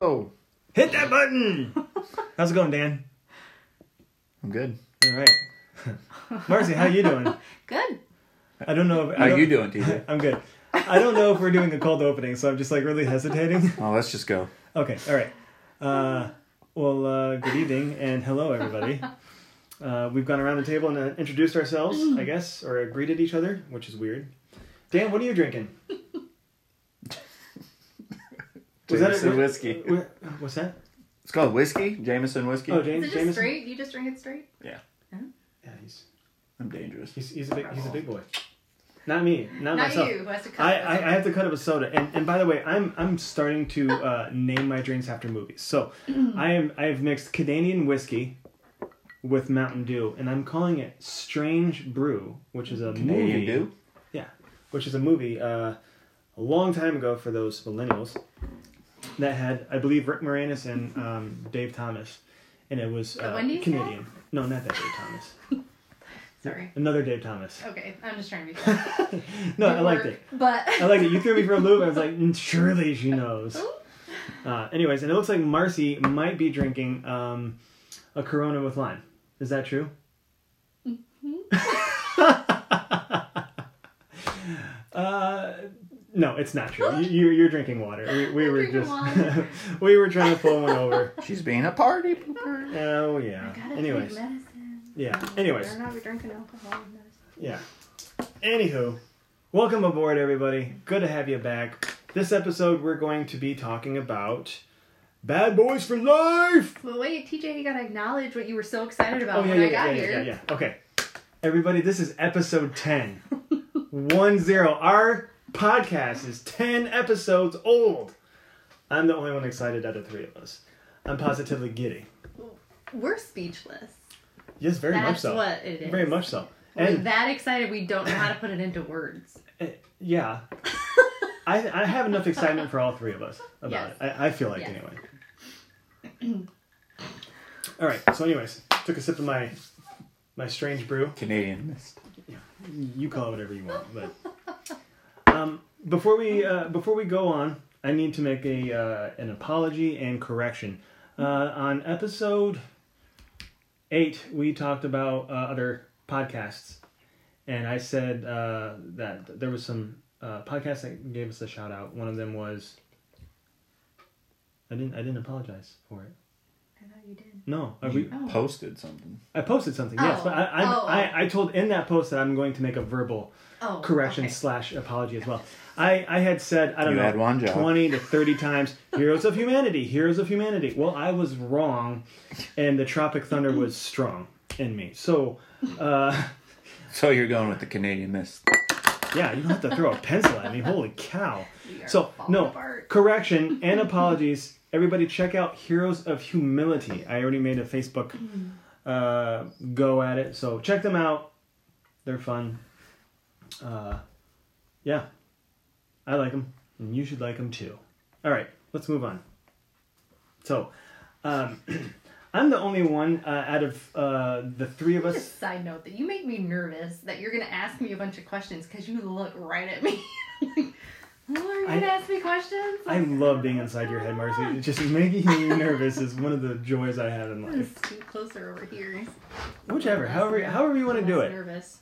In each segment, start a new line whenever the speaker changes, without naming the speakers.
Oh,
Hit that button. How's it going, Dan?
I'm good.
All right. Marcy, how you doing?
Good.
I don't know. If,
How
I don't-
you doing, TJ?
I'm good. I don't know if we're doing a cold opening, so I'm just like really hesitating.
oh, let's just go.
Okay. All right. Uh, well, uh, good evening and hello, everybody. Uh, we've gone around the table and uh, introduced ourselves, I guess, or greeted each other, which is weird. Dan, what are you drinking? Was that
Jameson
it?
whiskey.
Wh- What's that?
It's called whiskey. Jameson whiskey.
Oh,
Is it
James.
just
Jameson.
straight? You just drink it straight?
Yeah, he's,
I'm dangerous.
he's, he's a big he's a big boy. Not me. Not,
Not
Oh, myself.
you. Who has to cut
I,
it.
I, I have to cut up a soda. And, and by the way, I'm I'm starting to uh, name my drinks after movies. So I am I have mixed Canadian whiskey with Mountain Dew, and I'm calling it Strange Brew, which is a
Canadian
movie,
do?
which is a movie uh, a long time ago for those millennials that had I believe Rick Moranis and um, Dave Thomas, and it was
The
uh,
Wendy's guy?
Canadian. No, not that Dave Thomas.
Sorry.
Another Dave Thomas.
Okay, I'm just trying to be. funny.
No,
It
I liked it.
worked, But
I liked it. You threw me for a loop. I was like, "Mm, surely she knows.
Ooh.
Uh, anyways, and it looks like Marcy might be drinking um, a Corona with lime. Is that true?
Mm-hmm.
uh, no, it's not true. You, you, you're drinking water. We, we
I'm
were
drinking
just
water.
we were trying to pull one over.
She's being a party pooper.
Oh
I
yeah.
gotta
Anyways,
drink medicine.
yeah. Anyways,
Better not be drinking alcohol and medicine.
Yeah. Anywho, welcome aboard, everybody. Good to have you back. This episode, we're going to be talking about Bad Boys for Life.
Well, wait, TJ, you gotta acknowledge what you were so excited about
Oh, yeah,
when
yeah,
I got
yeah, yeah,
here.
yeah, yeah. Okay. Everybody, this is episode 10. One zero. Our podcast is 10 episodes old. I'm the only one excited out of three of us. I'm positively giddy.
We're speechless.
Yes, very much
That's
so.
what it is.
Very much so.
We're
And
that excited we don't know how to put it into words.
Uh, yeah. I, I have enough excitement for all three of us about
Yes.
it. I, I feel like,
Yes.
anyway. all right. So, anyways, took a sip of my my strange brew.
Canadian mist.
You call it whatever you want, but um, before we uh, before we go on, I need to make a uh, an apology and correction. Uh, on episode eight, we talked about uh, other podcasts, and I said uh, that there was some uh, podcasts that gave us a shout out. One of them was I didn't I didn't apologize for it.
I thought you did.
No, I,
You
we,
Oh.
posted something.
I posted something. Yes,
Oh.
but I I,
Oh, oh.
I I told in that post that I'm going to make a verbal
Oh,
correction
okay.
slash apology as well. I, I had said I don't
You
know
had one job.
twenty to thirty times heroes of humanity, heroes of humanity. Well, I was wrong, and the Tropic Thunder was strong in me. So, uh,
So you're going with the Canadian mist.
yeah, you don't have to throw a pencil at me. Holy cow!
We are
So
falling
no
apart.
correction and apologies. Everybody, check out Heroes of Humility. I already made a Facebook
Mm-hmm.
uh, go at it, so check them out. They're fun. Uh, yeah, I like them, and you should like them too. All right, let's move on. So, um, I'm the only one uh, out of uh, the three of us.
Just side note that you make me nervous that you're gonna ask me a bunch of questions because you look right at me. like, "Oh, are you
I-
gonna ask me questions?
I love being inside your head, Marcy. It's just making me nervous is one of the joys I have in
I'm gonna
life.
scoot closer over here.
Whichever, however, however you want to
I'm
do
less
it.
Nervous.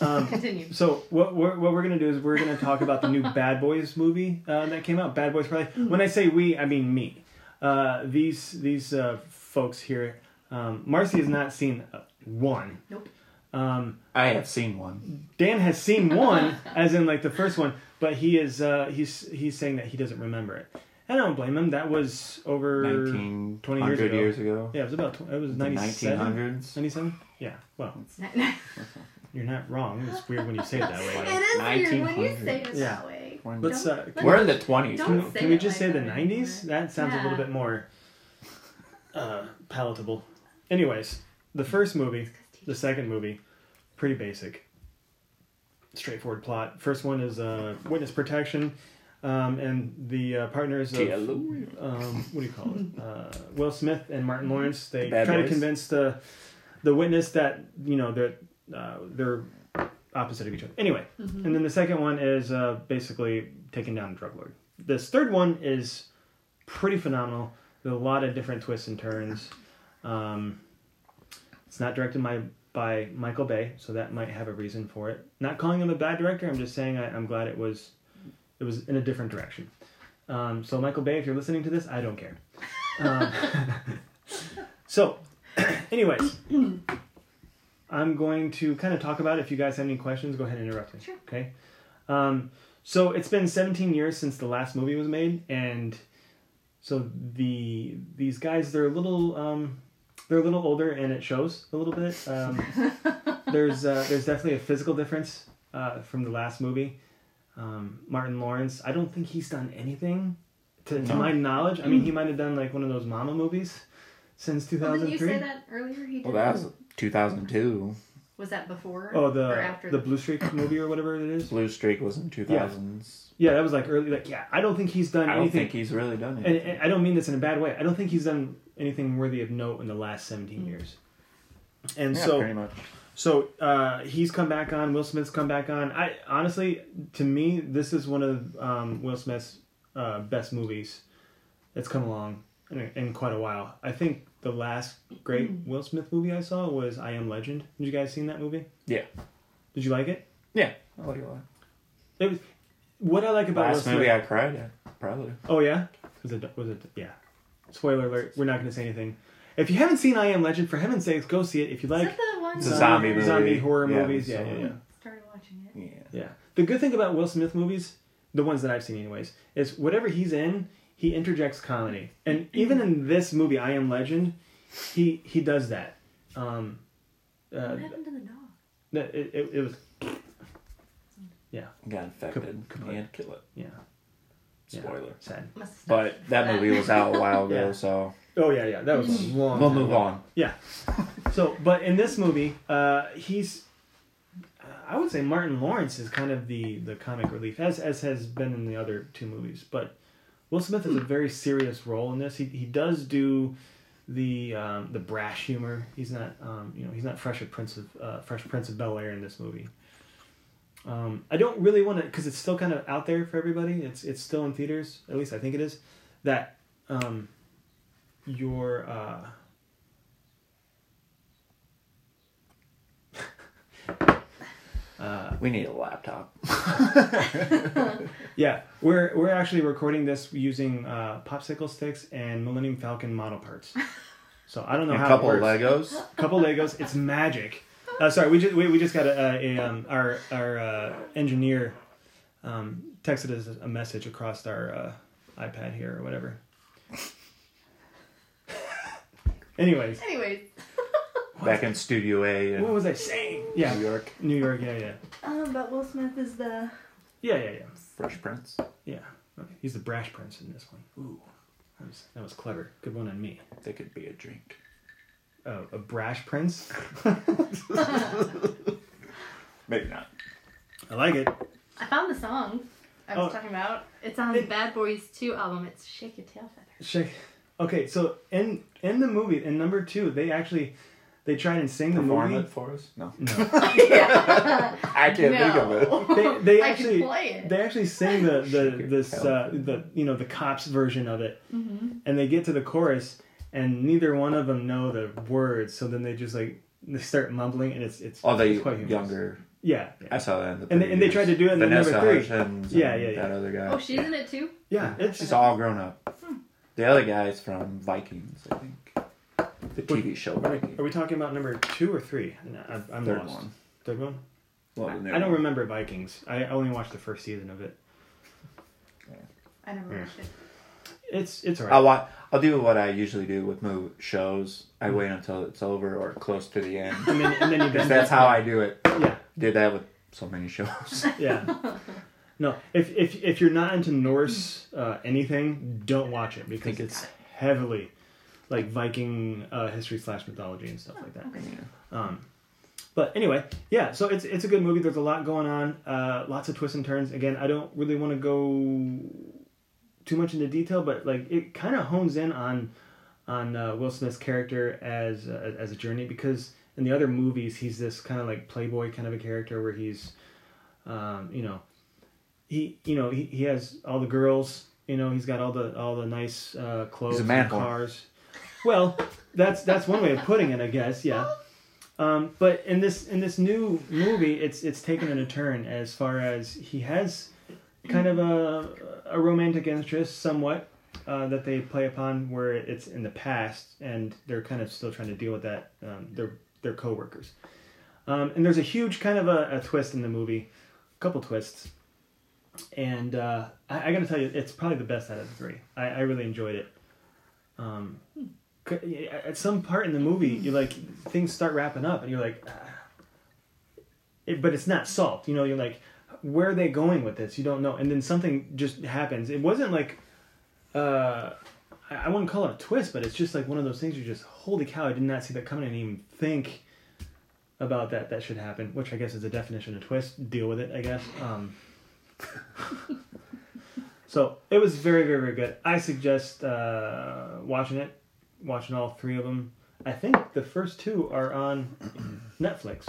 Um,
Continue.
so what we're, what we're gonna do is we're gonna talk about the new Bad Boys movie uh, that came out. Bad Boys for Life. When I say we, I mean me. Uh, these these uh, folks here. Um, Marcy has not seen uh, one.
Nope.
Um,
I have seen one.
Dan has seen one, as in like the first one, but he is uh, he's he's saying that he doesn't remember it. I don't blame him. That was over
19,
20 years
100
ago.
years ago.
Yeah, it was about tw- it was
The
97.
1900s.
97? Yeah. Well,
It's not- it
you're not wrong. It's weird when you say it that way.
is weird when you say it
Yeah.
that way.
When-
Let's uh,
Don't-
can,
We're in the 20s.
Don't
now.
say
can we
it
just
like
say the
that
90s?
anymore.
That sounds a little
Yeah.
bit more uh, palatable. Anyways, the first movie, the second movie, pretty basic, straightforward plot. First one is uh, witness protection, um, and the uh, partners of
Hello.
um, what do you call it? Uh, Will Smith and Martin Lawrence. They
The bad
try to
boys.
convince the the witness that you know they're uh, they're opposite of each other. Anyway, and then the second one is uh, basically taking down a drug lord. This third one is pretty phenomenal. There's a lot of different twists and turns. Um, it's not directed by by Michael Bay, so that might have a reason for it. Not calling him a bad director. I'm just saying I, I'm glad it was it was in a different direction. Um, so Michael Bay, if you're listening to this, I don't care. Um, so, anyways, I'm going to kind of talk about it. If you guys have any questions, go ahead and interrupt me.
Sure.
Okay. Um, so it's been 17 years since the last movie was made, and so the these guys they're a little um, they're a little older, and it shows a little bit. Um, there's uh, there's definitely a physical difference uh, from the last movie. Um, Martin Lawrence, I don't think he's done anything to, to
No.
my knowledge. I mean, he might have done like one of those Mama movies since
Mm. Well, didn't Oh, you
2003.
say that earlier? He did.
Well, that was 2002.
Was that before?
Oh,
or
the
after
the Blue Streak movie or whatever it is.
Blue Streak was in 2000s.
Yeah, that was like early. Like, yeah, I don't think he's done
I don't
anything.
think he's really done
and,
it.
and I don't mean this in a bad way. I don't think he's done anything worthy of note in the last 17
Hmm.
years. And
yeah,
so,
pretty much.
so uh, he's come back on. Will Smith's come back on. I honestly, to me, this is one of um, Will Smith's uh, best movies that's come along in, in quite a while. I think the last great
Hmm.
Will Smith movie I saw was I Am Legend. Did you guys seen that movie?
Yeah.
Did you like it?
Yeah. I like it a lot.
It was. What I like about Will
Last
Smith,
movie I cried at, probably.
Oh yeah, was it? Was it? Yeah. Spoiler alert. We're not going to say anything. If you haven't seen I Am Legend, for heaven's sakes, go see it. If you
Is
like
that the one?
It's a
where-
zombie movie.
zombie horror
Yeah,
movies,
it's
yeah,
a-
yeah, yeah,
Started watching it.
Yeah.
yeah. The good thing about Will Smith movies, the ones that I've seen anyways, is whatever he's in, he interjects comedy. And even in this movie, I Am Legend, he he does that. Um, uh,
What happened to the dog?
no, it, it, it was
Got infected.
Could- could-
and kill it.
yeah Yeah.
Spoiler.
sad.
Must have
But
stopped
that movie was out a while ago,
Yeah.
so
Oh yeah, yeah, that was a long.
we'll
time
move
ago.
on.
So, but in this movie, uh, he's, I would say Martin Lawrence is kind of the the comic relief, as as has been in the other two movies. But Will Smith has a very serious role in this. He he does do the um, the brash humor. He's not um, you know he's not Fresh Prince of uh, Fresh Prince of Bel Air in this movie. Um, I don't really want to because it's still kind of out there for everybody. It's it's still in theaters. At least I think it is. That um, your uh, uh,
We need a laptop.
Yeah, we're we're actually recording this using uh, popsicle sticks and Millennium Falcon model parts. So I don't know
a
how
couple
it
of
works.
Legos.
couple Legos. It's magic. Uh, sorry, we just we, we just got a, a, um, our our uh, engineer um, texted us a message across our uh, iPad here or whatever. Anyways,
Anyways,
Back in Studio A
what
in
was I saying? Yeah,
New York.
New York. Yeah, yeah,
um, but Will Smith is the
yeah, yeah, yeah.
Fresh Prince.
Yeah. Okay. He's the brash prince in this one. Ooh, that was that was clever. Good one on me.
That could be a drink.
Oh, a brash prince.
Maybe not.
I like it.
I found the song I was
Oh.
talking about. It's on the
It-
Bad Boys 2 album. It's Shake Your Tail Feather.
Shake. Okay, so in in the movie, in number two, they actually they tried and sing the
Perform
movie.
it for us? No.
No,
I can't think of it.
They- they
I
actually-
can play it.
they actually sing the
Shake
the
your
this
tail.
uh, the you know the cops version of it,
Mm-hmm.
and they get to the chorus, and neither one of them know the words. So then they just like they start mumbling, and it's it's
Although
it's quite humorous.
younger.
Yeah, yeah.
I saw that in the
And they- and they tried to do it in the
Vanessa
number three.
Hudgens
Yeah,
and
yeah, yeah.
That other guy.
oh, she's in it too?
yeah. It's
She's all grown up. The other guy's from Vikings, I think. The TV show
Are we,
Vikings.
are we talking about number two or three? No, I'm, I'm
Third
lost.
one.
Third one.
Well, the new
I don't
one.
remember Vikings. I only watched the first season of it.
I never
Yeah.
watched it.
It's it's alright.
I'll watch, I'll do what I usually do with movie shows. I wait until it's over or close to the end.
and then, and then you
'Cause that's how I do it.
Yeah,
Did that with so many shows.
yeah. No, if if if you're not into Norse uh, anything, don't watch it because
Think
it's heavily like Viking uh, history slash mythology and stuff like that.
Okay.
Um, but anyway, yeah. So it's it's a good movie. There's a lot going on. Uh, lots of twists and turns. Again, I don't really want to go too much into detail, but like it kind of hones in on on uh, Will Smith's character as uh, as a journey because in the other movies he's this kind of like playboy kind of a character where he's um, you know he you know he, he has all the girls You know, he's got all the all the nice uh, clothes,
He's a man
and
whore.
cars. Well, that's that's one way of putting it, I guess. Yeah. Um, but in this in this new movie, it's it's taken a turn as far as he has kind of a a romantic interest, somewhat uh, that they play upon, where it's in the past, and they're kind of still trying to deal with that. Um, they're they're coworkers, um, and there's a huge kind of a, a twist in the movie, a couple twists, and uh, I, I got to tell you, it's probably the best out of the three. I, I really enjoyed it. Um, c- at some part in the movie, you like things start wrapping up, and you're like, ah. it, but it's not solved. You know, you're like, where are they going with this? You don't know, and then something just happens. It wasn't like, uh, I, I wouldn't call it a twist, but it's just like one of those things. You're just, holy cow, I did not see that coming. I didn't even think about that. That should happen, which I guess is a definition of twist. Deal with it, I guess. Um, so it was very, very, very good. I suggest uh, watching it, watching all three of them. I think the first two are on Netflix.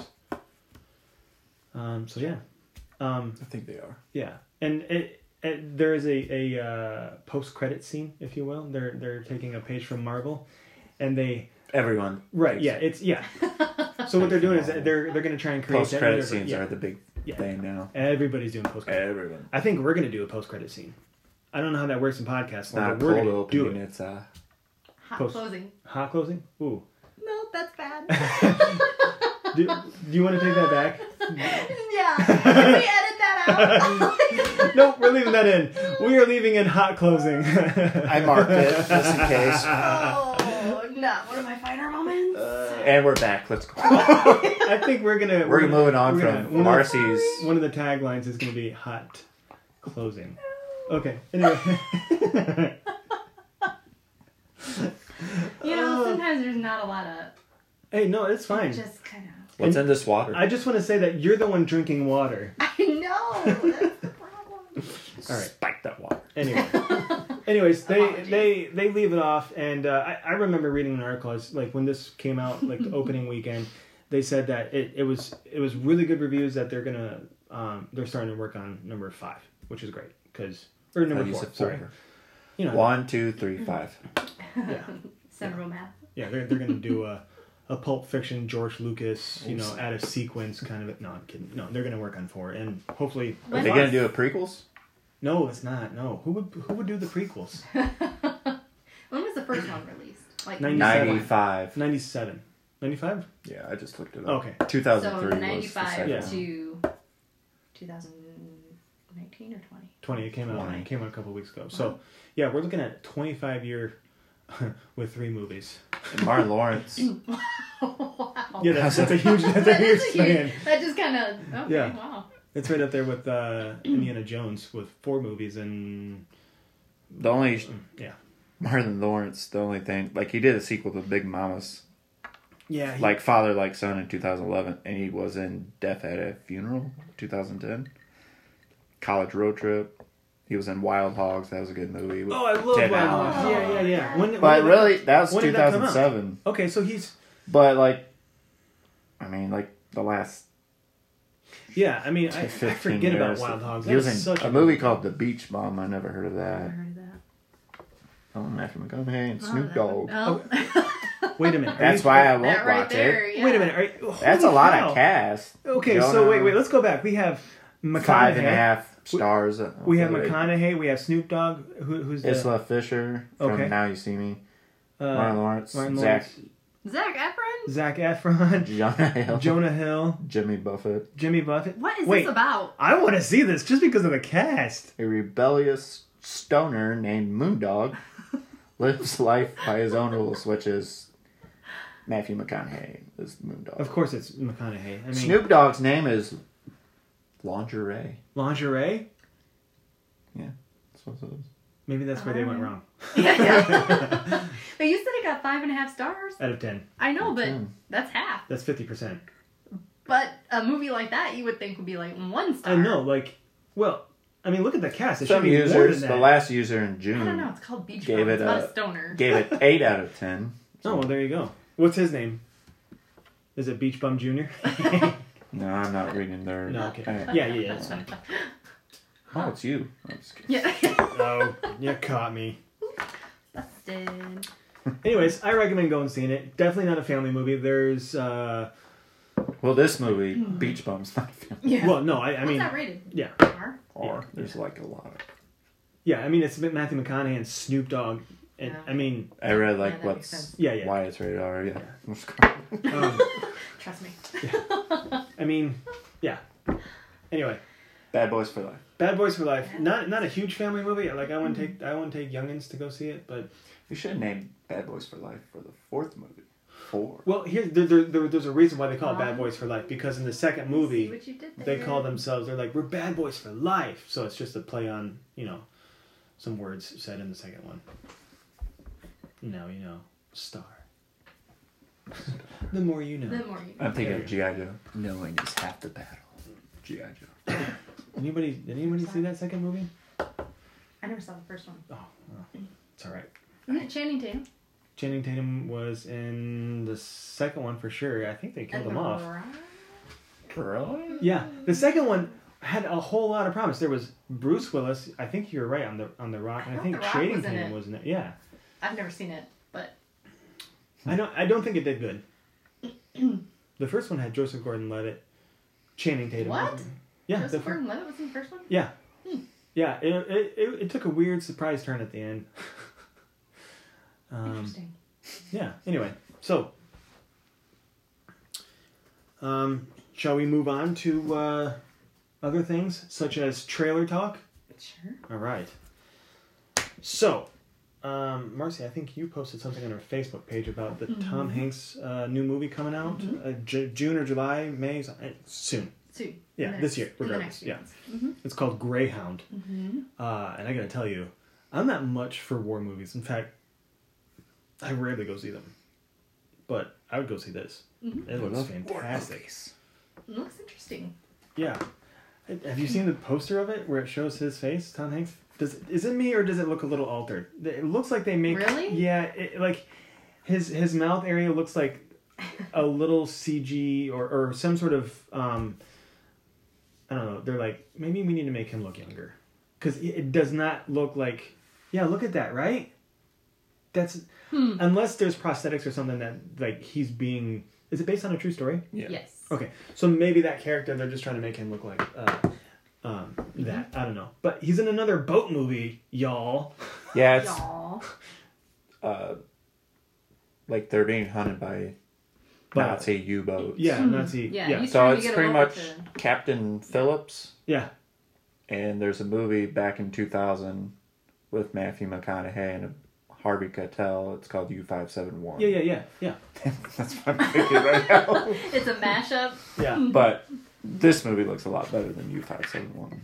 Um, so yeah, um,
I think they are.
yeah, and it, it there is a a uh, post credit scene, if you will. They're they're taking a page from Marvel, and they
Everyone.
right, yeah, it's yeah. So what they're doing is that they're they're going to try and create that
Post credit
universe.
scenes
Yeah.
are the big
Yeah.
thing now.
Everybody's doing post credit.
Everyone.
I think we're going to do a post credit scene. I don't know how that works in podcasts,
It's not a
but we're
cold
going to do
opening.
it.
It's uh, a
Hot
Post-
closing.
Hot closing? Ooh.
No, that's bad.
Do, do you want to take that back?
yeah. Can we edit that out?
Nope, we're leaving that in. We are leaving in hot closing.
I marked it just in case.
oh, not one of my finer moments.
And we're back. Let's go.
I think we're gonna
we're moving on
we're gonna-
from
one, of
Marcy's.
the, one of the taglines is gonna be hot closing. Okay. Anyway.
you know, sometimes there's not a lot of.
hey, no, it's
It
fine.
just kind of.
What's in this water?
I just want to say that you're the one drinking water.
I know. That's the problem.
All right.
Spike that water.
Anyway. Anyways, they
Apologies.
they they leave it off, and uh, I I remember reading an article as, like when this came out, like the opening weekend, they said that it, it was it was really good reviews that they're gonna um, they're starting to work on number five, which is great because or
Oh,
number
you
four,
said
sorry,
four.
you know,
One, two, three, five.
yeah,
Several math.
yeah, they're they're gonna do a a Pulp Fiction George Lucas, you know, out of sequence kind of. No, I'm kidding. No, they're gonna work on four, and hopefully,
Are
When-
they gonna do a prequels?
no, it's not. No, who would who would do the prequels?
When was the first one released? Like
97.
Ninety-five.
97. 95?
Yeah, I just looked it up.
Okay.
Two
So
thousand three was the
95
second.
Yeah.
one.
to 2019 or 20.
20 it came out
20.
it came out a couple weeks ago so yeah we're looking at 25 year with three movies
And Martin Lawrence.
wow.
yeah that's, that's a huge that's a
Oh. That
huge
is a huge-
span
That just kind of. Okay,
Yeah.
wow.
it's right up there with uh indiana jones with four movies and
The only
yeah
Martin Lawrence, the only thing like he did a sequel to Big Mama's
yeah he-
like Father Like Son in 2011, and he was in Death at a Funeral 2010. College Road Trip. He was in Wild Hogs. That was a good movie.
oh i love wild
Ten
Hogs.
Oh,
hours.
yeah yeah yeah when, when
But
did
really, that was
when did that come out?
2007.
that- okay so he's
But like, I mean, like the last
yeah i mean i, I
15
forget about
years.
wild hogs
He
that
was in
was such
a movie called The Beach Bomb. I never heard of
I
that.
heard of that.
Oh, Matthew McConaughey and
Wow,
Snoop
that
Dogg.
would- Oh.
wait a minute are
That's
Oh, you-
why I won't
that right
watch
there.
it.
Yeah.
wait a minute are you,
That's a
holy
lot
cow.
of cast.
okay
Jonah-
so wait wait let's go back we have McConaughey.
Five and a half stars.
we have
Wait.
McConaughey. We have Snoop Dogg. Who, who's the
Isla Fisher from
Okay.
Now You See Me.
uh,
Martin Lawrence,
Martin
Zach,
Lawrence.
Zach Efron?
Zach Efron,
Jonah Hill,
Jonah Hill,
Jimmy Buffett,
Jimmy Buffett.
What is
Wait,
this about?
I want to see this just because of the cast.
a rebellious stoner named Moondog, lives life by his own rules, which is Matthew McConaughey is Moondog.
Of course, it's McConaughey. I mean,
Snoop Dogg's name is Lingerie.
lingerie.
That's what it is.
Maybe that's where they went
Alright.
wrong.
Yeah. but you said it got five and a half stars.
Out of ten,
I know, but
Hmm.
that's half.
that's fifty percent.
But a movie like that, you would think would be like one star.
I know. Like, well, I mean, look at the cast. It should
Some
be more
users,
than that.
the last user in
I don't know.
June,
It's called Beach
Hmm. Gave
Gave
it
It's about
a-
a stoner.
gave it 8 out of 10.
oh well, there you go. What's his name? Is it Beach Bum Junior?
No, I'm not reading their.
No, okay.
Uh,
yeah, yeah, yeah. That's fine.
Oh, it's you. I'm just kidding.
Yeah.
Oh, you caught me.
Busted.
Anyways, I recommend going and seeing it. Definitely not a family movie. There's, uh,
Well, this movie,
Mm-hmm.
Beach Bum's not a film.
Yeah.
well, no, I, I
What's
mean,
that rated?
yeah,
R?
Or there's like a lot of.
yeah. I mean, it's Matthew McConaughey and Snoop Dogg, and
Yeah.
I mean,
I read like
that makes
what's
sense.
Yeah, yeah.
why it's rated R. Yeah. I'm just-
um,
Trust me.
I mean, yeah. Anyway,
Bad Boys for Life.
Bad Boys for Life. Not not a huge family movie. Like I wouldn't take I wouldn't take youngins to go see it, but
We should have named Bad Boys for Life for the fourth movie. Four.
well, here there, there, there- there's a reason why they call it Bad Boys for Life because in the second
See
movie
what you did there.
they call themselves they're like we're Bad Boys for Life, so it's just a play on you know some words said in the second one. Now you know star. the more you know.
The more you
I'm thinking
There
of G.I. Joe. Knowing is half the battle. G.I. Joe.
Anybody did anybody see that second movie?
I never saw the first one.
Oh, well, it's all right.
Isn't it Channing Tatum?
Channing Tatum was in the second one for sure. I think they killed him
Edward
off.
Norton?
Really?
Yeah, the second one had a whole lot of promise. There was Bruce Willis. I think you're right on the on the Rock,
I
and I
thought
think
The Rock
Channing
was in
Tatum
it.
was in it. Yeah,
I've never seen it, but
I don't I don't think it did good. the first one had Joseph Gordon-Levitt, Channing Tatum.
What?
wasn't it? Yeah, the
Joseph
fir-
Gordon-Levitt was in the first one.
yeah, yeah. It, it, it, it took a weird surprise turn at the end. um,
Interesting.
yeah. Anyway, so um, shall we move on to uh, other things such as trailer talk?
Sure.
All right. So, um, Marcy, I think you posted something on our Facebook page about the Tom Hanks uh, new movie coming out uh, Ju- June or July, May, so- uh, soon.
Two.
Yeah,
In the
this
next-
year,
in the
regardless,
next Mm-hmm. few
yeah.
months.
It's called Greyhound. Uh, and I gotta tell you, I'm not much for war movies. In fact, I rarely go see them. But I would go see this.
Mm-hmm.
It looks fantastic.
Looks interesting.
Yeah. Have you seen the poster of it where it shows his face, Tom Hanks? Does is it me or does it look a little altered? It looks like they make
Really?
yeah, it, like his his mouth area looks like a little CG or or some sort of um I don't know. They're like maybe we need to make him look younger because it, it does not look like yeah. Look at that, right? That's unless there's prosthetics or something that like he's being. Is it based on a true story?
Yeah.
Yes.
Okay, so maybe that character they're just trying to make him look like uh, um,
Mm-hmm.
that. I don't know, but he's in another boat movie, y'all.
Yeah, it's
Y'all.
uh, like they're being hunted by
But-
Nazi U boats.
Yeah, Nazi.
Yeah,
Yeah, yeah.
you-
So
trying to
it's
get
pretty
him
much
over to-
Captain Phillips, and there's a movie back in 2000 with Matthew McConaughey and Harvey Keitel. It's called U571.
Yeah, yeah, yeah, yeah.
That's what I'm thinking right now.
It's a mashup.
Yeah.
But this movie looks a lot better than U571.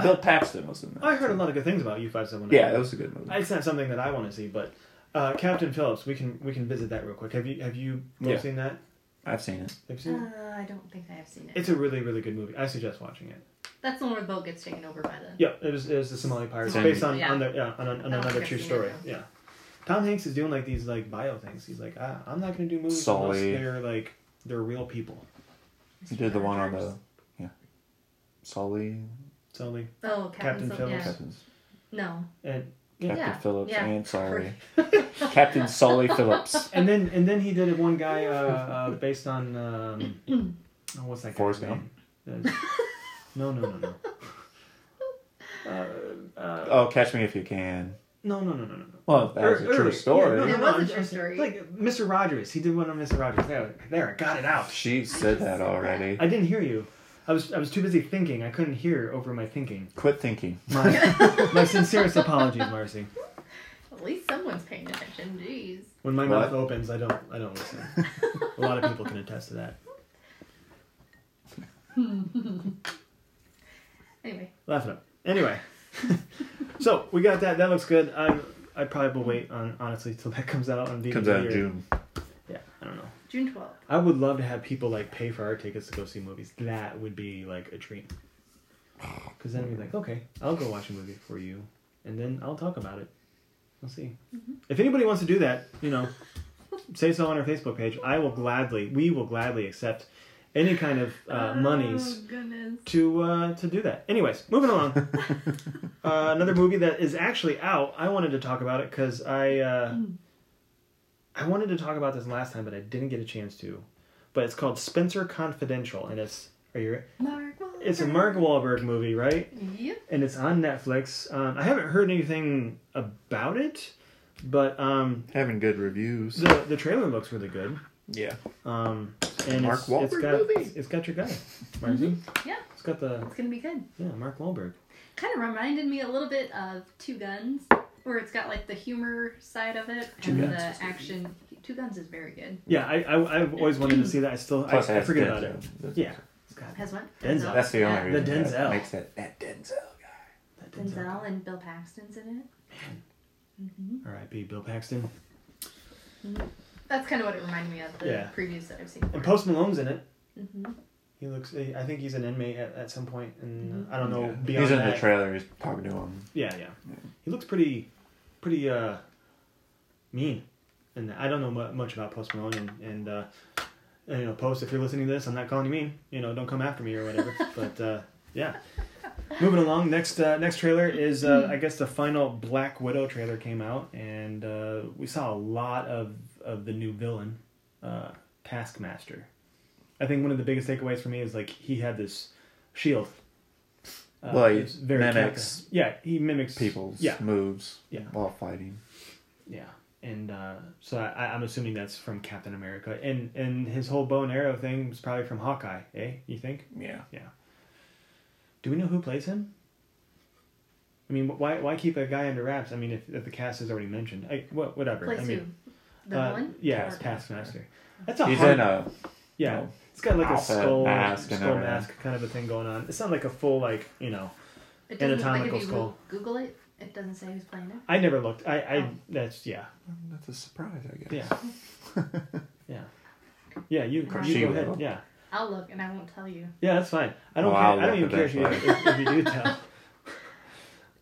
Bill Paxton was in that.
Uh, I heard a lot of good things about U five seven.
Yeah, it was a good movie.
it's not something that I want to see, but uh, Captain Phillips, we can we can visit that real quick. Have you have you both
Yeah.
seen that?
I've seen it.
Have you
Uh,
seen it?
I don't think I have seen it.
It's a really really good movie. I suggest watching it.
That's the one where the boat gets taken over by the.
Yeah, it was, it was the Somali Pirates,
Same.
based on
Yeah. Oh,
on, the, yeah, on, on, on
I don't
another
think I've
true
seen
story.
it, though.
Yeah, Tom Hanks is doing like these like bio things. He's like, ah, I'm not gonna do movies
Sully.
unless they're like they're real people.
He did the one on the. Yeah. Sully,
Sully
Oh,
Captain
Captain,
Phillips.
Phillips. Yeah.
Captain's
No.
and
Captain
Yeah,
Phillips
yeah.
and Sully. Captain Sully
Oh.
Phillips.
and then and then he did it one guy uh, uh, based on um, oh, what's that? guy's
Forrest
name? Uh, No, no, no, no.
Oh, Catch Me If You Can.
No, no, no, no, no. no.
Well, that was a
Ear-
true
earlier.
story.
Yeah, no, no,
It
no,
was a
I'm-
true
I'm-
story.
Like Mr. Rogers, he did one on Mr. Rogers. There, there, I got it out.
She said that already.
I didn't hear you. I was I was too busy thinking. I couldn't hear over my thinking.
Quit thinking.
My, my sincerest apologies, Marcy.
At least someone's paying attention. Jeez.
When my
What?
mouth opens, I don't I don't listen. A lot of people can attest to that.
Anyway.
Laugh it up. Anyway, so we got that. That looks good. I I probably will wait on honestly till that comes out on DVD.
Comes out in
or-
June.
Yeah, I don't know.
June 12th.
I would love to have people like pay for our tickets to go see movies. That would be like a dream. Because then I'd be like, okay, I'll go watch a movie for you, and then I'll talk about it. We'll see. If anybody wants to do that, you know, say so on our Facebook page. I will gladly, we will gladly accept any kind of uh, monies
Oh, goodness.
to uh, to do that. Anyways, moving along. uh, another movie that is actually out. I wanted to talk about it because I uh,
Mm.
I wanted to talk about this last time, but I didn't get a chance to. But it's called Spencer Confidential, and it's are you?
Mark
It's a
Wahlberg.
Mark Wahlberg movie, right?
Yep.
and it's on Netflix. Um, I haven't heard anything about it, but um,
Having good reviews.
the the trailer looks really good.
Yeah.
Um, and
Mark
it's, it's
Wahlberg
got
movie.
it's got your guy, Marcy.
Yeah,
It's got the
it's gonna be good.
yeah Mark Wahlberg.
Kind of reminded me a little bit of Two Guns, where it's got like the humor side of it
Two
and
Guns
the
is good.
action. Two Guns is very good.
Yeah, I, I I've always wanted to see that. I still I,
Plus, it
I
has
forget
Denzel.
about it. Yeah, it's got
Has what?
Denzel.
That's the only
Yeah.
reason. that
Denzel.
makes that that Denzel guy.
that Denzel.
Denzel and Bill Paxton's in it. Mm-hmm.
R.I.P. Bill Paxton.
That's kind of what it reminded me of the
Yeah.
previews that I've seen.
And
for it.
Post Malone's in it.
Mhm.
He looks. I think he's an inmate at, at some point, and I don't know
Yeah.
beyond
He's in
that.
the trailer. He's talking to him.
Yeah, yeah. He looks pretty, pretty uh, mean, and I don't know mu- much about Post Malone and and, uh, and you know Post. If you're listening to this, I'm not calling you mean. You know, don't come after me or whatever. but uh, yeah, moving along. Next uh, next trailer is uh, I guess the final Black Widow trailer came out, and uh, we saw a lot of of the new villain, uh, Taskmaster. I think one of the biggest takeaways for me is like he had this shield.
Well, he
it's very
mimics
Captain- Yeah, he mimics
People's
Yeah,
moves
Yeah.
while fighting.
yeah, and uh, so I, I'm assuming that's from Captain America, and and his whole bow and arrow thing was probably from Hawkeye. Eh, you think?
Yeah.
Yeah. Do we know who plays him? I mean, wh- why why keep a guy under wraps? I mean, if, if the cast is already mentioned, I, wha- whatever.
Plays
I mean,
who? The
uh,
villain?
Yeah,
Or-
it's Taskmaster. That's a
He's
hard.
in a oh,
yeah,
no,
it's got like a
outfit,
skull
mask and
skull
everything.
mask kind of a thing going on. It's not like a full like you know.
It doesn't
anatomical
like if you
skull.
Google it. It doesn't say who's playing it.
I never looked. I I
Oh.
that's yeah.
That's a surprise, I guess.
Yeah. yeah. Yeah, you,
Of course
you
she
go ahead.
will.
Yeah.
I'll look and I won't tell you.
Yeah, that's fine. I don't
Well, I'll
care. I don't even
look
care
at
if you,
that
if, if you do tell.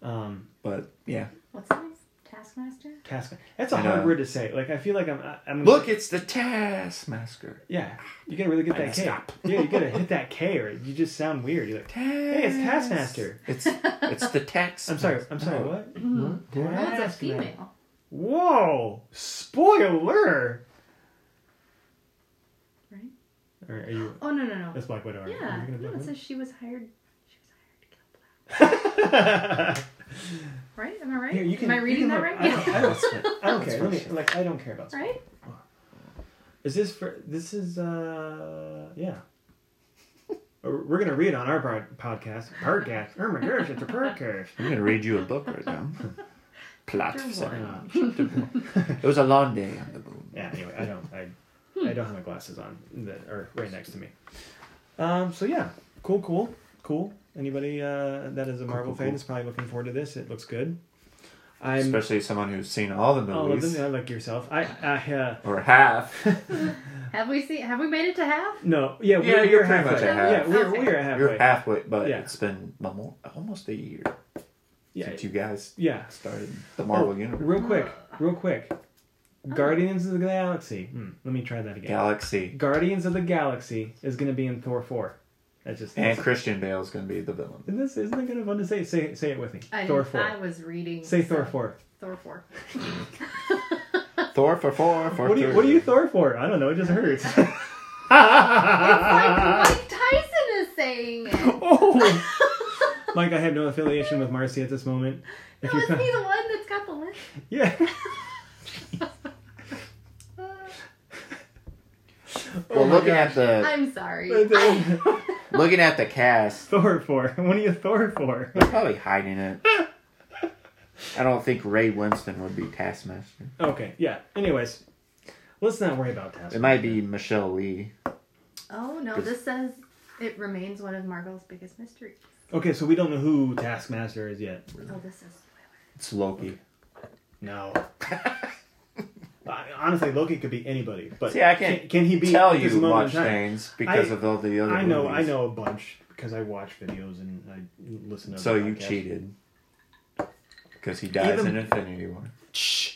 Um,
But yeah.
What's the name? Taskmaster.
task. That's a
I
hard
know.
word to say. Like I feel like I'm. I'm
Look, it's the Taskmaster.
Yeah, you gotta really get
I
that
messed
K.
up.
yeah, you gotta hit that K, or you just sound weird. You're like,
Task.
hey, it's Taskmaster.
It's it's the tax. Oh.
I'm sorry. I'm sorry. What?
Oh, it's a
Taskmaster.
female.
Whoa! Spoiler.
Right?
Or are you?
Oh no no no.
That's Black Widow. aren't you?
Yeah.
You're gonna be
No,
like,
it says she was hired. She was hired to kill Black. Right? Am I right?
Here, you can,
Am I
you
reading
can
that
look.
right?
I don't, I
Yeah.
don't, I don't care. Let me, like, I don't care about.
right?
Is this for? This is. uh Yeah. We're we're gonna read on our pod- podcast. Podcast. Oh my gosh, it's a podcast.
I'm gonna read you a book right now. Plot.
Chapter
sorry.
one.
It was a long day on the moon.
Yeah. Anyway, I don't. I. I don't have my glasses on that are right next to me. Um. So yeah. Cool. Cool. Cool. Anybody uh, that is a Marvel
cool,
fan
cool.
is probably looking forward to this. It looks good. I'm.
Especially someone who's seen all the
All of them,
movies
yeah, like yourself. I. I. Uh,
or half.
Have we seen? Have we made it to half?
no. Yeah.
Yeah,
We're,
you're
we're
pretty
halfway.
much at half.
Yeah. We're,
Okay.
we're halfway.
You're halfway, but
Yeah.
it's been memo- almost a year
yeah. Oh.
since you guys
Yeah.
started the Marvel Universe.
Real quick, real quick. Guardians of the Galaxy. Hmm, let me try that again.
Galaxy.
Guardians of the Galaxy is going to be in Thor four. That's just
And Christian Bale's gonna be the villain.
Isn't this isn't it kind of fun to say? Say say it with me.
I,
Thor four.
I was reading.
Say Thor
some-
four.
Thor four.
Thor for four for
What do you
three.
what are you Thor for? I don't know. It just hurts.
Like Mike Tyson is saying it.
oh. Mike, I have no affiliation with Marcy at this moment. If you
No, it's
come-
me the one that's got the list.
yeah.
Well,
Oh my
looking at the
I'm sorry.
gosh.
looking at the cast,
Thor four. What are you Thor for?
they're probably hiding it. I don't think Ray Winston would be Taskmaster.
Okay, yeah. Anyways, let's not worry about Taskmaster.
It might be Michelle Lee.
oh no, this says it remains one of Marvel's biggest mysteries.
Okay, so we don't know who Taskmaster is yet.
Oh, this is.
It's Loki.
No. I- Honestly, Loki could be anybody. But
See, I can't
can, can he be
Tell
at this
you
moment
much
in time?
things because
I-
of all the other.
I know, I
movies.
know a bunch because I watch videos and I listen to.
So
other
you
podcasts.
cheated. Because he dies
Even-
in Infinity War.
Shh.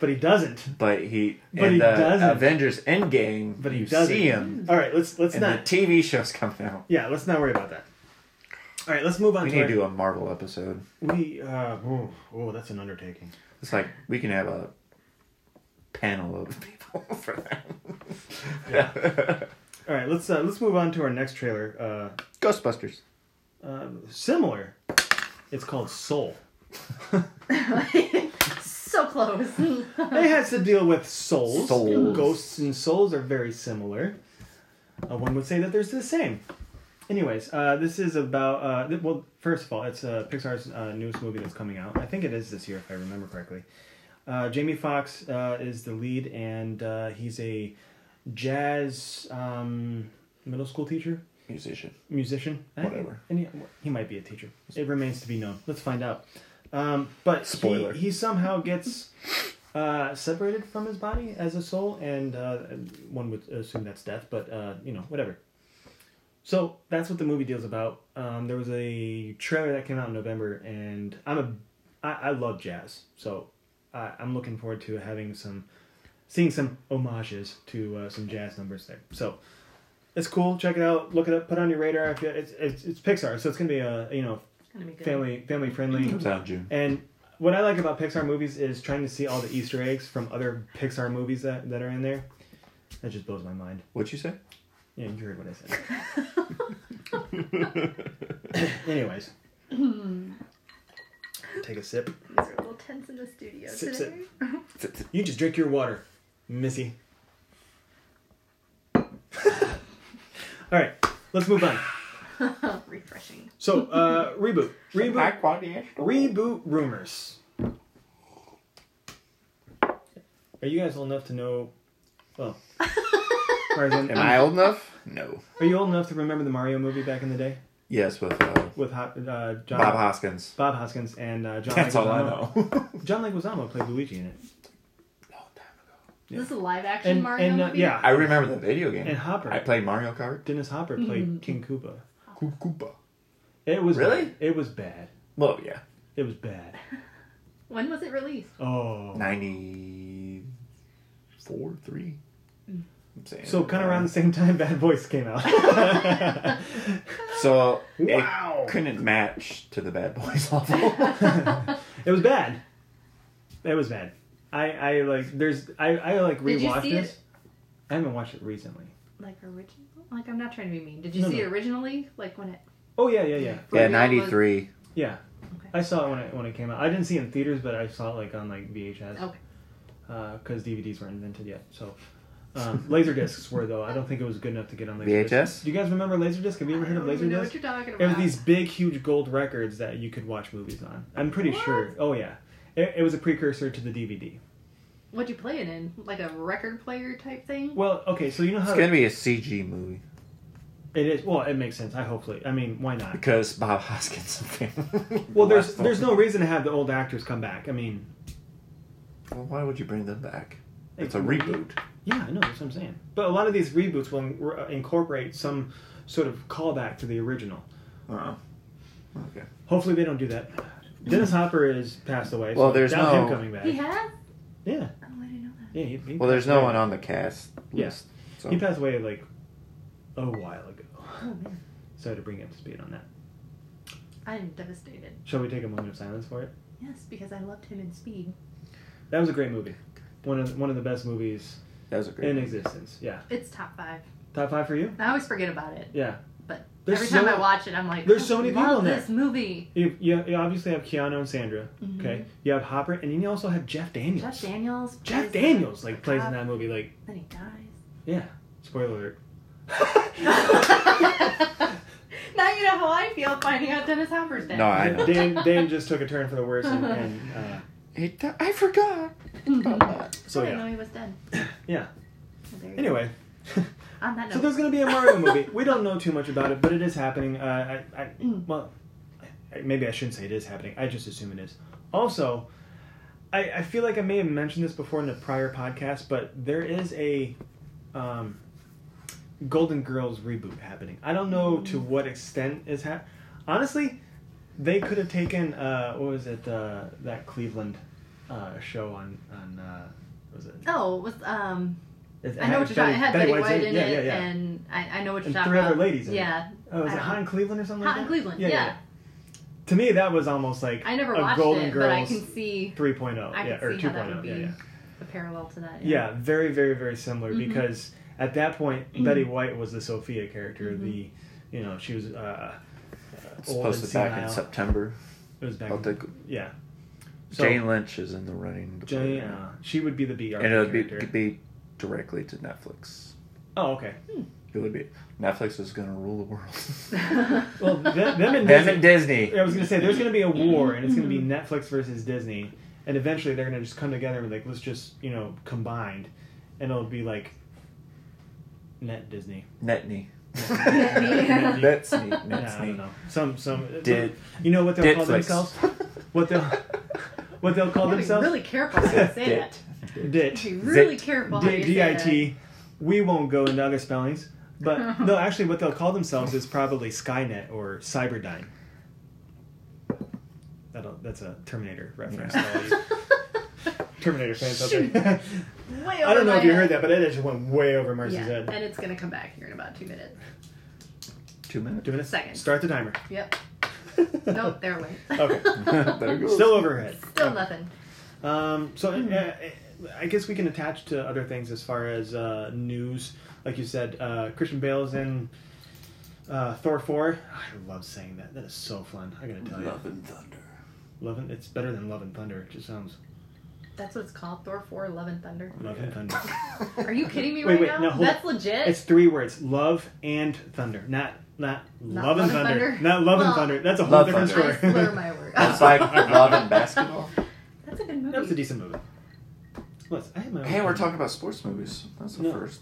but he doesn't.
But he
But
in
he
the
doesn't.
Avengers Endgame,
But he
you
doesn't.
see him,
All right, let's let's
and
not.
the TV show's coming out.
yeah, let's not worry about that. All right, let's move on
We
to,
need
our,
to do a Marvel episode.
we. Uh, oh, oh, that's an undertaking.
It's like we can have a panel of people for that.
All right, let's uh, let's move on to our next trailer.
Ghostbusters.
Uh, uh, similar. It's called Soul.
so close.
It has to deal with souls.
Souls.
Ghosts and souls are very similar. Uh, one would say that there's the same. Anyways, uh, this is about. Uh, th- well, first of all, it's uh, Pixar's uh, newest movie that's coming out. I think it is this year, if I remember correctly. Uh, Jamie Foxx uh, is the lead, and uh, he's a jazz um, middle school teacher,
Musician.
musician. I think-
Whatever.
And he, he might be a teacher. It remains to be known. Let's find out. Um, but he-
Spoiler.
He, somehow gets uh, separated from his body as a soul, and uh, one would assume that's death, but uh, you know, whatever. So that's what the movie deals about. Um, there was a trailer that came out in November, and I'm a I, I love jazz, so I, I'm looking forward to having some seeing some homages to uh, some jazz numbers there. So it's cool. Check it out. Look it up. Put it on your radar. If you, it's, it's it's Pixar, so it's gonna be a you know
It's gonna be good.
family family friendly.
Comes out in June.
And what I like about Pixar movies is trying to see all the Easter eggs from other Pixar movies that, that are in there. That just blows my mind.
What'd you say?
Yeah, you heard what I said. Anyways. Take a sip.
These are a little tense in the studio
Sip,
today.
You just drink your water, Missy. all right, let's move on.
Uh, Refreshing.
So, uh, reboot. Reboot.
quality.
Reboot rumors. Are you guys old enough to know? Well, Tarzan,
Am
I'm-
I old enough? No.
are you old enough to remember the Mario movie back in the day
Yes, with uh,
with Ho- uh, John
Bob Hoskins.
Bob Hoskins and uh, John?
That's all I
Leguizamo?
know. Long time
John Leguizamo played Luigi in it,
ago.
Yeah.
This is a live action
and
Mario
and uh,
movie?
yeah,
I remember the video game.
and Hopper,
I played Mario Kart.
Dennis Hopper played
Mm-hmm.
King Koopa.
Koopa.
It was
Really?
bad. It was bad.
Well, yeah.
It was bad.
When was it released?
Oh.
94, 3? I'm saying.
So kind of around the same time Bad Boys came out.
So
Wow.
it couldn't match to the Bad Boys level.
It was bad. It was bad. I, I like there's I, I like
Did you
rewatched
see
this.
it?
I haven't watched it recently.
Like original? Like I'm not trying to be mean. Did you
No,
see
no.
it originally? Like when it
Oh yeah, yeah, yeah.
For
yeah,
real, like-
93.
Yeah.
Okay.
I saw it when it when it came out. I didn't see it in theaters, but I saw it like on like VHS.
Okay. Oh.
Because DVDs weren't invented yet, so um, laser discs were though. I don't think it was good enough to get on laser
VHS?
Do you guys remember laser disc? Have you ever heard of
I don't
laser
even know
disc?
what you're talking about.
It was these big, huge gold records that you could watch movies on. I'm pretty
What?
sure. Oh yeah, it, it was a precursor to the DVD.
What'd you play it in? Like a record player type thing?
Well, okay, so you know
It's
how
going to be a CG movie
it is. Well, it makes sense. I hopefully. I mean, why not?
because Bob Hoskins.
Well, there's there's no reason to have the old actors come back. I mean,
Well, why would you bring them back? It's a
it-
reboot.
Yeah, I know that's what I'm saying. But a lot of these reboots will in- incorporate some sort of callback to the original. Uh-uh.
Oh. Okay.
Hopefully, they don't do that. Dennis Hopper is passed away.
Well,
so
there's
doubt
no-
him coming back.
He has?
Yeah,
Oh, I didn't know
yeah. He, he
Well, there's
passed
no
away.
one on the cast
Yeah.
list. So.
He passed away like a while ago.
that. Oh, man.
So to bring you up to speed on that,
I'm devastated.
shall we take a moment of silence for it?
Yes, because I loved him in Speed.
That was a great movie. One of one of the best movies
that was a great.
in existence. Yeah.
It's top five.
Top five for you?
I always forget about it,
Yeah.
but
There's
every time
so-
I watch it, I'm like,
there's
I
so many
love
people in there.
this movie.
You, you, you obviously have Keanu and Sandra. Okay. You have Hopper, and then you also have Jeff Daniels.
Mm-hmm. Jeff Daniels.
Jeff
plays-
Daniels like plays in that movie. Like,
Then he
yeah. Spoiler alert.
dies. now you know how I feel finding out Dennis Hopper's dead.
No, I know.
Dan, Dan just took a turn for the worse, and, and uh,
It, I forgot. about that.
so
Oh, I didn't
yeah.
know he was dead.
Yeah.
Well, there you go.
Anyway,
on that note,
so there's gonna be a Mario movie. We don't know too much about it, but it is happening. Uh, I, I,
Hmm.
well, I, maybe I shouldn't say it is happening. I just assume it is. Also, I, I feel like I may have mentioned this before in a prior podcast, but there is a um, Golden Girls reboot happening. I don't know to
Hmm.
what extent is hap Honestly, they could have taken uh, what was it uh, that Cleveland uh, show on on uh, what was it?
Oh, with um,
It
I know
had
what you're talking. It had Betty White, in
yeah,
it,
yeah, yeah.
and I, I know what you're
And
talking
three other
about.
ladies in it.
yeah,
oh, was
I
it
don't
Hot in Cleveland or something? like
Hot in
that?
Cleveland.
Yeah,
Yeah,
yeah, yeah. To me, that was almost like
I never
a
watched
Golden
it, but I
Girls
can see.
3.0,
I
yeah,
can
or
see how that
2.0,
would be
yeah, yeah.
a parallel to that.
Yeah, very, very, very similar
Mhm.
because at that point
Mm-hmm.
Betty White was the Sophia character. The, you know, she was uh,
It's
old and
posted back in
senile.
September.
It was back.
But the,
yeah. So
Jane Lynch is in the running. to play
Jane,
her.
uh, she would be the B
and it would be,
character.
could be directly to Netflix.
oh, okay.
It would be Netflix is gonna rule the world.
Well, them, them and
Them
Disney.
and Disney.
Yeah, I was gonna say there's gonna be a war, and it's gonna be Netflix versus Disney, and eventually they're gonna just come together and be like let's just you know combined, and it'll be like net Disney.
Netney.
Netney.
Netsney.
Yeah, I don't
Netsney.
know. Some some uh,
Did-
you know what they'll call themselves?
Ditflix.
What they'll what they'll call
you gotta be
themselves?
really careful how you say that.
Dit.
Be really
Zit.
careful. how you
D-
say that.
DIT. We won't go into other spellings, but no, actually, what they'll call themselves is probably Skynet or Cyberdyne. That'll, that's a Terminator reference. to all you Terminator fans out there.
Way
I don't
over
know
my
if you heard
head.
that, but it just went way over Marcy's
Yeah,
head.
and it's gonna come back here in about two minutes.
Two minutes.
Two minutes.
Second.
Start the timer.
Yep. Nope, there went.
Okay.
there it goes.
Still over her head.
Still nothing.
Um, so
Hmm.
uh, I guess we can attach to other things as far as uh, news. Like you said, uh, Christian Bale's in uh, Thor 4. I love saying that. That is so fun. I gotta tell you.
Love and Thunder.
Love and, it's better than Love and Thunder. It just sounds
That's what it's called. Thor 4, Love and Thunder.
Love and Thunder.
Are you kidding me
Wait,
right
wait,
now?
no, hold
That's legit.
It's three words Love and Thunder. Not, not,
Not
Love and
Love and
Thunder.
Thunder.
Not Love and
Well,
Thunder. That's a whole
Love
different
Thunder.
I swear
story.
my word.
It's like love and basketball.
That's a good movie.
that was a decent movie. Plus, I had my own
Hey, we're
opinion.
talking about sports movies. That's the
No.
first.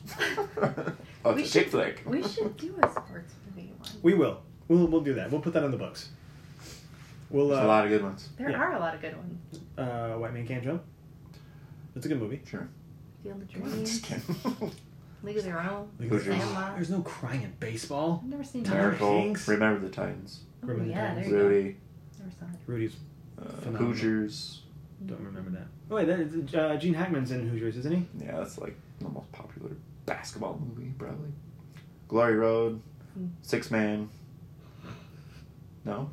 oh, it's
We
a
should-
chick flick.
We should do a sports movie one.
We will. We'll, we'll do that. We'll put that on the books. We'll,
There's a
uh,
lot of good ones.
There
Yeah.
are a lot of good ones.
uh, White Man Can't Jump. That's a good movie.
Sure.
Field of Dreams,
Just kidding.
League of Their Own.
Look at
Who's yours?
this. There's no crying in baseball.
I've never seen that.
Tyler
Miracle.
Hanks.
Remember the Titans.
Oh,
Remember the
yeah, there
Titans.
you go.
Rudy.
Never saw it.
Rudy's
Uh,
Phenomenal.
Hoosiers.
don't remember that. Oh wait, that is, uh, Gene Hackman's in Hoosiers, isn't he?
Yeah, that's like the most popular basketball movie, probably. Glory Road.
Hmm.
Six Man. No?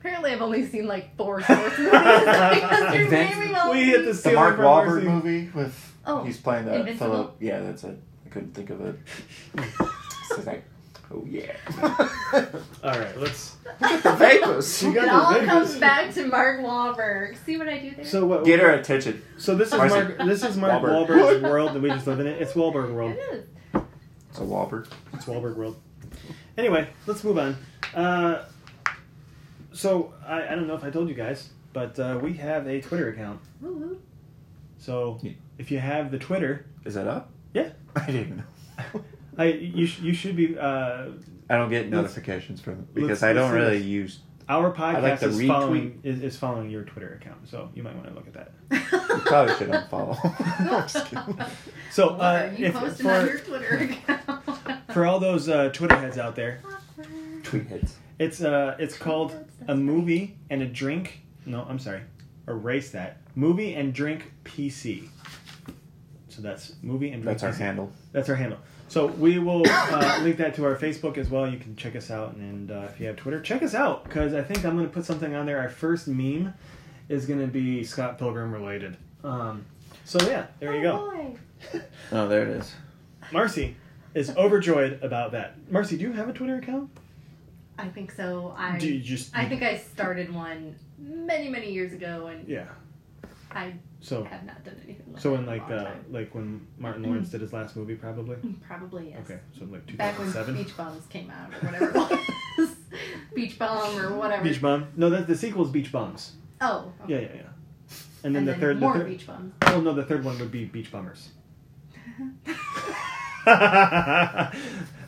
Apparently, I've only seen like four sports movies because you're
Advanced-
naming all
We
these.
hit the
The
ceiling
Mark
for
Wahlberg
Marcy.
movie with.
Oh,
he's playing the
Invincible?
Philip. Yeah, that's it. I couldn't think of it. It's like, oh yeah.
All right, let's.
Look at the vapors.
You got
It
the
all
Vegas.
comes back to Mark Wahlberg. See what I do there?
So what?
Get her attention.
So this is
Marcy.
Mark. This is Mark
Wahlberg.
Wahlberg's world that we just live in. It. It's Wahlberg world.
it is.
It's a Wahlberg.
It's Wahlberg world. Anyway, let's move on. Uh, so I, I don't know if I told you guys, but uh, we have a Twitter account.
Woo-hoo.
So
Yeah.
if you have the Twitter,
Is that up?
Yeah.
I didn't even know.
I you sh- you should be. Uh,
I don't get
Let's-
notifications from it because
let's-
I don't
let's do
really
this.
use.
our podcast
like the
is
retweet.
following is, is following your Twitter account, so you might want to look at that.
You probably should unfollow. I'm just kidding.
So
What
uh,
are you
if,
posting on your
for
Twitter account?
for all those uh, Twitter heads out there,
Tweet hits.
it's uh it's called
That's
a
right.
movie and a drink. No, I'm sorry, erase that. Movie and drink PC. So that's movie and drink.
That's our
PC.
handle.
That's our handle. So we will uh, link that to our Facebook as well. You can check us out, and uh, if you have Twitter, check us out because I think I'm going to put something on there. Our first meme is going to be Scott Pilgrim related. Um, so yeah, there you go.
Oh, boy.
Oh, there it is.
Marcy is overjoyed about that. Marcy, do you have a Twitter account?
I think so. I
do you just?
I think I started one many many years ago, and
yeah.
I
So
have not done anything. Like
so
that
when
a
like
long
the
time.
like when Martin Lawrence did his last movie, probably.
probably yes.
Okay, so like
Back when
2007.
Beach Bums came out, or whatever it was, Beach Bum or whatever.
Beach Bum. No, that the sequel's Beach Bums.
oh, okay.
Yeah, yeah, yeah. And then the third,
more
the third,
Beach Bums.
Well, no, the third one would be Beach Bummers.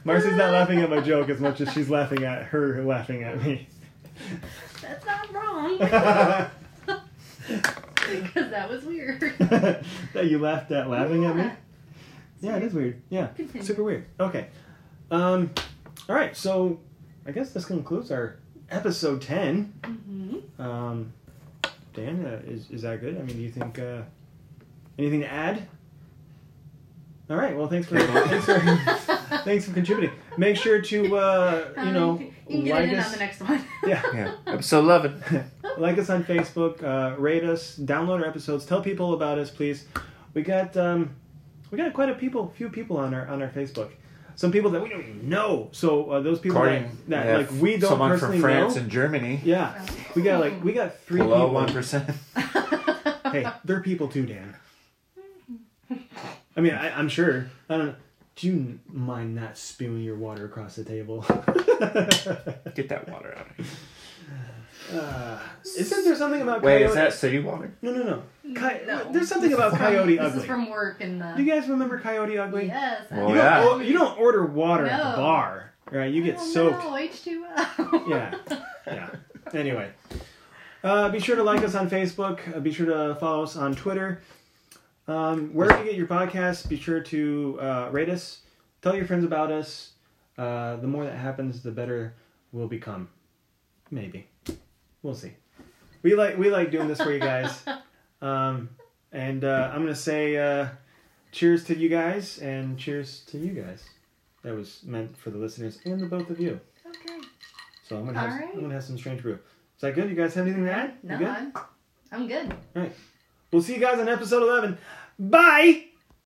Marcy's not laughing at my joke as much as she's laughing at her laughing at me.
That's not wrong. Because that was weird.
that you laughed at laughing at me?
Yeah.
Yeah, it is weird. Yeah.
Continue.
Super weird. Okay. Um all right, so
Mm-hmm.
I guess this concludes our episode 10.
Mhm.
Um Dan, uh, is is that good? I mean, do you think uh, anything to add? All right. Well, thanks for thanks for, thanks for contributing. Make sure to uh,
Um,
you know
can- you can get
like
it in on
us.
the next one.
Yeah.
Yeah. Episode 11.
like us on Facebook, uh, rate us, download our episodes, tell people about us, please. We got um, we got quite a people, few people on our on our Facebook. Some people that we don't even know. So uh, those people that,
According
that
yeah,
like we don't
someone
personally
from France
know.
and Germany.
yeah, we got like we got three
Below
people.
1%.
Hey, they're people too, Dan. I mean, I, I'm sure. I don't. know. Do you mind not spewing your water across the table?
Get that water out of here.
Uh, Isn't there something about
Wait,
coyote?
is that city water?
No, no, no. Coy-
No.
There's something about
From-
coyote
this
ugly.
is from work and
Do
the.
you guys remember Coyote Ugly?
Yes.
Well,
You,
Oh, yeah.
don't, or- you don't order water at the
No.
bar, right? You get soaked.
Oh, No, H2O.
Yeah. Yeah. Anyway, uh, be sure to like us on Facebook. Uh, be sure to follow us on Twitter. Um, wherever you get your podcasts, be sure to uh, rate us. Tell your friends about us. Uh, the more that happens, the better we'll become. Maybe. We'll see. We like we like doing this for you guys. Um, and uh, I'm gonna say uh, cheers to you guys and cheers to you guys. That was meant for the listeners and the both of you.
Okay.
So I'm gonna have
Alright.
I'm gonna have some strange brew. Is that good? You guys have anything to add? You
No,
good?
I'm, I'm good.
All right. We'll see you guys on episode 11. Bye.